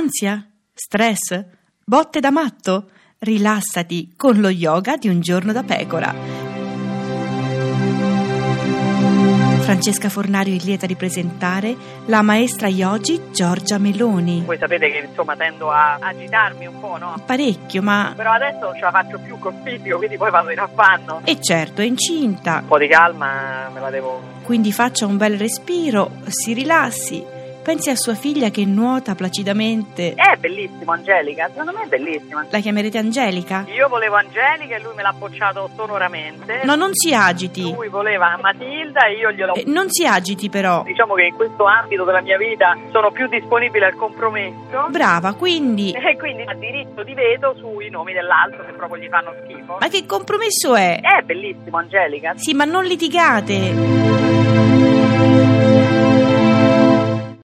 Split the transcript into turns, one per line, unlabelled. Ansia? Stress? Botte da matto? Rilassati con lo yoga di un giorno da pecora. Francesca Fornario è lieta di presentare la maestra yogi Giorgia Meloni.
Voi sapete che insomma tendo a agitarmi un po', no?
Parecchio, ma...
Però adesso non ce la faccio più col fisico, quindi poi vado in affanno.
E certo, è incinta,
Un po' di calma me la devo.
Quindi faccia un bel respiro, si rilassi, pensi a sua figlia che nuota placidamente.
È bellissimo Angelica, secondo me è bellissima.
La chiamerete Angelica?
Io volevo Angelica e lui me l'ha bocciato sonoramente.
No, non si agiti.
Lui voleva Matilda e io gliel'ho...
Eh, non si agiti però.
Diciamo che in questo ambito della mia vita sono più disponibile al compromesso.
Brava, quindi...
E quindi ha diritto di veto sui nomi dell'altro che proprio gli fanno schifo.
Ma che compromesso è?
È bellissimo Angelica.
Sì, ma non litigate.